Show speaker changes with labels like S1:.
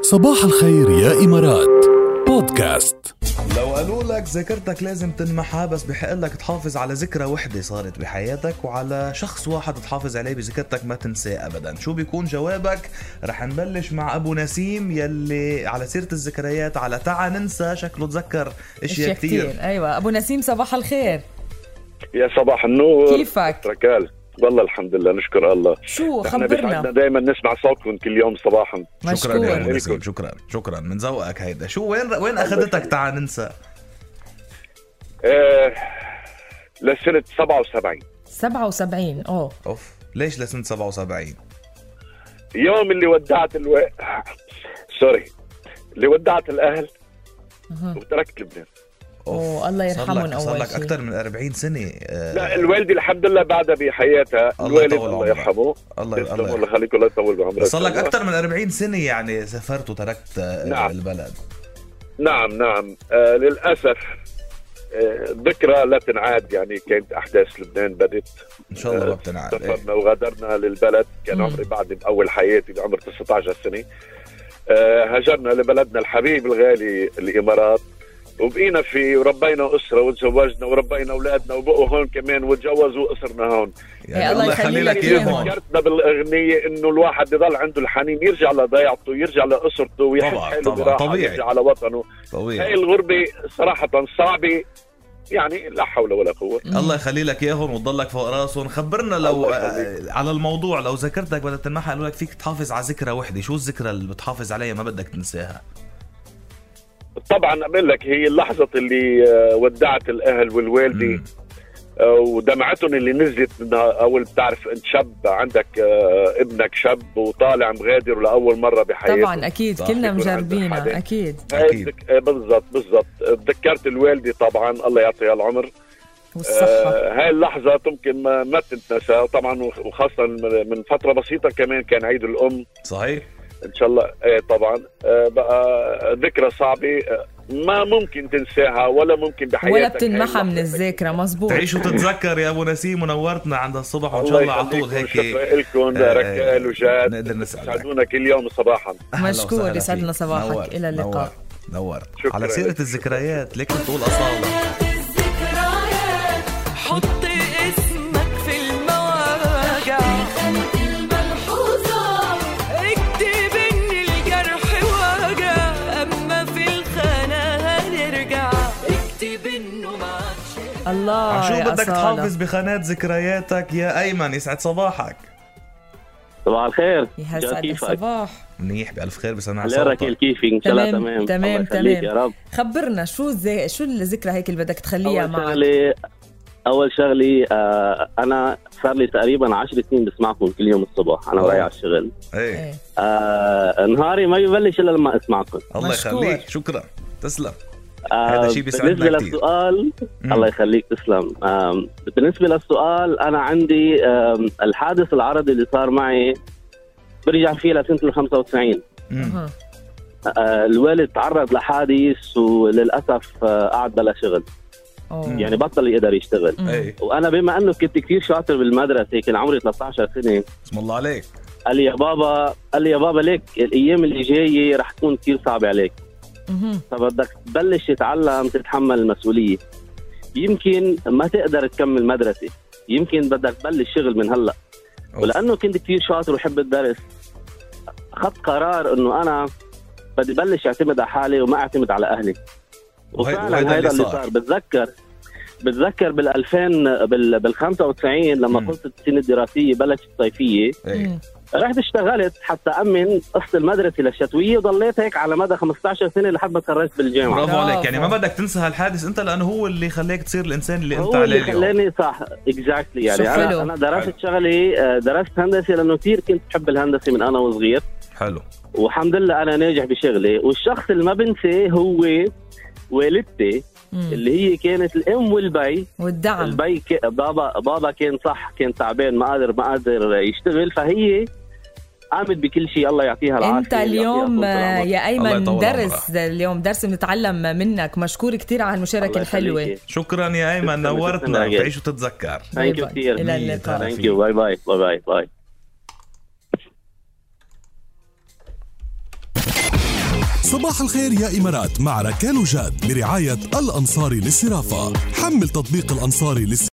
S1: صباح الخير يا إمارات بودكاست
S2: لو قالوا لك ذاكرتك لازم تنمحى بس بحق لك تحافظ على ذكرى وحدة صارت بحياتك وعلى شخص واحد تحافظ عليه بذكرتك ما تنساه ابدا شو بيكون جوابك رح نبلش مع ابو نسيم يلي على سيرة الذكريات على تعا ننسى شكله تذكر اشياء كثير
S3: ايوه ابو نسيم صباح الخير
S4: يا صباح النور
S3: كيفك؟
S4: ركال والله الحمد لله نشكر الله
S3: شو
S4: نحن بيسعدنا
S3: خبرنا
S4: دايما نسمع صوتكم كل يوم صباحا
S2: شكرا يا ابو
S3: مشكور
S4: لك.
S2: نسيم شكرا شكرا من ذوقك هيدا شو وين وين اخذتك تعا ننسى
S4: آه لسنة 77
S3: 77 اوه
S2: اوف ليش لسنة 77
S4: يوم اللي ودعت الو... سوري اللي ودعت الأهل وتركت لبنان
S3: أوه، الله
S2: صار لك-
S3: يرحمهم
S2: صار
S3: أول
S2: لك
S3: شي.
S2: اكثر من 40 سنه آه،
S4: لا الوالدة الحمد لله بعدها بحياتها
S2: الله
S4: الوالد
S2: يطول
S4: الله
S2: عمرك.
S4: يرحمه
S2: الله
S4: يسلمه
S2: الله
S4: الله يخليك الله يطول بعمرك
S2: صار لك
S4: الله.
S2: اكثر من 40 سنه يعني سافرت وتركت آه،
S4: نعم.
S2: البلد
S4: نعم نعم آه للأسف آه، ذكرى لا تنعاد يعني كانت احداث لبنان بدت
S2: ان شاء الله ما بتنعاد إيه.
S4: سافرنا وغادرنا للبلد كان
S3: مم.
S4: عمري بعد باول حياتي بعمر 19 سنه آه، هاجرنا لبلدنا الحبيب الغالي الامارات وبقينا فيه وربينا اسره وتزوجنا وربينا اولادنا وبقوا هون كمان وتجوزوا اسرنا هون
S2: يعني
S3: إيه، الله يخلي لك إياهم.
S4: ذكرتنا بالاغنيه انه الواحد بضل عنده الحنين يرجع لضيعته يرجع لاسرته ويحس
S2: طبعاً،
S4: حاله
S2: طبعاً،
S4: براحه
S2: طبيعي.
S4: يرجع على وطنه هاي
S2: طبيعي
S4: الغربه صراحه صعبه يعني لا حول ولا قوه
S2: الله يخلي لك اياهم وتضلك فوق راسهم خبرنا لو
S4: الله يخليك.
S2: آه، على الموضوع لو ذاكرتك بدها تنمحى قالوا لك فيك تحافظ على ذكرى وحده شو الذكرى اللي بتحافظ عليها ما بدك تنساها
S4: طبعا اقول لك هي اللحظه اللي آه، ودعت الاهل والوالده
S2: مم.
S4: ودمعتهم اللي نزلت منها اول بتعرف انت شاب عندك آه، ابنك شاب وطالع مغادر لاول مره بحياته
S3: طبعا اكيد
S2: صح،
S3: كلنا
S4: يكون عندك
S3: مجربينها
S4: حدا.
S3: اكيد
S4: هاي
S2: أكيد.
S4: تذك- آه، بالضبط بالضبط تذكرت الوالده طبعا الله يعطيها العمر
S3: والصحه
S4: آه، هاي اللحظه تمكن ما, ما تنتنسى طبعا وخ- وخاصه من- من فتره بسيطه كمان كان عيد الام
S2: صحيح
S4: ان شاء الله ايه طبعا آه، بقى ذكرى صعبه آه، ما ممكن تنساها ولا ممكن بحياتك
S3: ولا
S4: هاي
S3: بتنمحى من
S4: اللحظة.
S3: الذاكره مزبوط
S2: تعيش وتتذكر يا ابو نسيم ونورتنا عند الصبح وان شاء
S4: الله
S2: الله على طول
S4: يخليكم،
S2: هيك
S4: شكرا لكم
S2: آه،
S4: ركال وجاد
S2: نقدر نسعدك
S4: ساعدونا كل يوم صباحا
S2: أهلا
S3: مشكور،
S2: وسهلا
S3: يسعدنا
S2: فيك.
S3: صباحك.
S2: نورت،
S3: إلى اللقاء.
S2: نورت، نورت
S4: شكرا
S2: على سيرة
S4: لك.
S2: الذكريات ليك تقول أصالة
S5: الذكريات حط اسمك في المواجع خلق الملحوظة اكتب ان الجرح وجع اما في الخانة هنرجع اكتب انه معكش
S3: الله
S2: شو
S3: آه، يا
S2: بدك
S3: أصالة.
S2: تحافظ بخانات ذكرياتك يا أيمن يسعد صباحك
S6: صباح الخير
S3: يسعد الصباح
S2: منيح بألف خير بسمع
S6: على ركيل
S2: صوتك
S6: كيفي ان شاء الله
S3: تمام،
S6: تمام
S3: تمام،
S6: الله يخليك
S3: تمام.
S6: يا رب
S3: خبرنا شو زي شو الذكرى هيك اللي بدك تخليها
S6: اول
S3: معك
S6: شغله اول شغله آه انا صار لي تقريبا 10 سنين بسمعكم كل يوم الصبح انا
S2: أوه.
S6: ورايح على الشغل
S2: ايه
S3: إيه.
S6: آه نهاري ما ببلش الا لما اسمعكم
S2: الله
S3: مشكور.
S2: يخليك شكرا تسلم
S6: آه
S2: هذا شي بيسعدنا
S6: بالنسبه
S2: كتير.
S6: للسؤال
S2: مم.
S6: الله يخليك تسلم آه بالنسبه للسؤال انا عندي آه الحادث العرضي اللي صار معي برجع فيه لسنه 95
S2: مم.
S3: أها.
S6: آه الوالد تعرض لحادث وللاسف آه قعد بلا شغل
S3: أوه.
S6: يعني بطل يقدر يشتغل
S3: مم.
S2: ايه
S6: وانا بما انه كنت كثير شاطر بالمدرسه كان عمري 13 سنه
S2: بسم الله عليك
S6: قال لي يا بابا قال لي يا بابا ليك الايام اللي جايه رح تكون كثير صعبه عليك
S3: مهم.
S6: فبدك تبلش تتعلم تتحمل المسؤوليه يمكن ما تقدر تكمل مدرسه يمكن بدك تبلش شغل من هلا
S2: أوف.
S6: ولانه كنت كثير شاطر وحب الدرس اخذت قرار انه انا بدي بلش اعتمد على حالي وما اعتمد على اهلي
S2: وهي-
S6: وفعلا
S2: وهيدا
S6: هذا
S2: اللي
S6: اللي
S2: صار.
S6: صار, بتذكر بتذكر بال 2000 بال بال 95 لما
S2: مم.
S6: خلصت السنه الدراسيه بلشت الصيفيه
S2: ايه
S3: مم.
S6: رحت اشتغلت حتى امن قسط المدرسه للشتويه وضليت هيك على مدى 15 سنه لحد ما تخرجت بالجامعه
S2: برافو عليك يعني ما
S3: برافو.
S2: بدك تنسى هالحادث انت لانه هو اللي خلاك تصير الانسان اللي انت
S6: هو
S2: عليه
S6: اللي
S2: اليوم
S6: خلاني صح اكزاكتلي
S3: شو
S6: يعني
S3: حلو.
S6: انا انا درست شغلي آه، درست هندسه لانه كثير كنت بحب الهندسه من انا وصغير
S2: حلو
S6: والحمد لله انا ناجح بشغلي والشخص اللي ما بنساه هو والدتي
S3: مم. آه.
S6: اللي هي كانت الام والبي
S3: والدعم
S6: البي ك... بابا بابا كان صح كان تعبان ما قادر ما قادر يشتغل فهي قامت بكل شيء الله يعطيها العافيه
S3: انت
S6: يعطيها
S3: اليوم
S6: طول العمر.
S2: الله
S3: يا ايمن
S2: يطول
S3: درس
S2: عمرك.
S3: اليوم درس بنتعلم منك مشكور كتير على المشاركه
S6: الله
S3: الحلوه
S6: يخليكي.
S2: شكرا يا ايمن
S6: تسلم، تسلم
S2: نورتنا
S6: يا جاد.
S2: تعيش وتتذكر
S3: باي
S6: Thank you
S3: باي.
S6: كتير.
S3: الى
S2: مية
S3: اللقاء
S2: هلا
S6: Thank
S2: فيك.
S6: you. باي باي باي باي باي
S1: صباح الخير يا إمارات مع ركان وجاد برعاية الأنصاري للصرافة حمل تطبيق الأنصاري للصرافة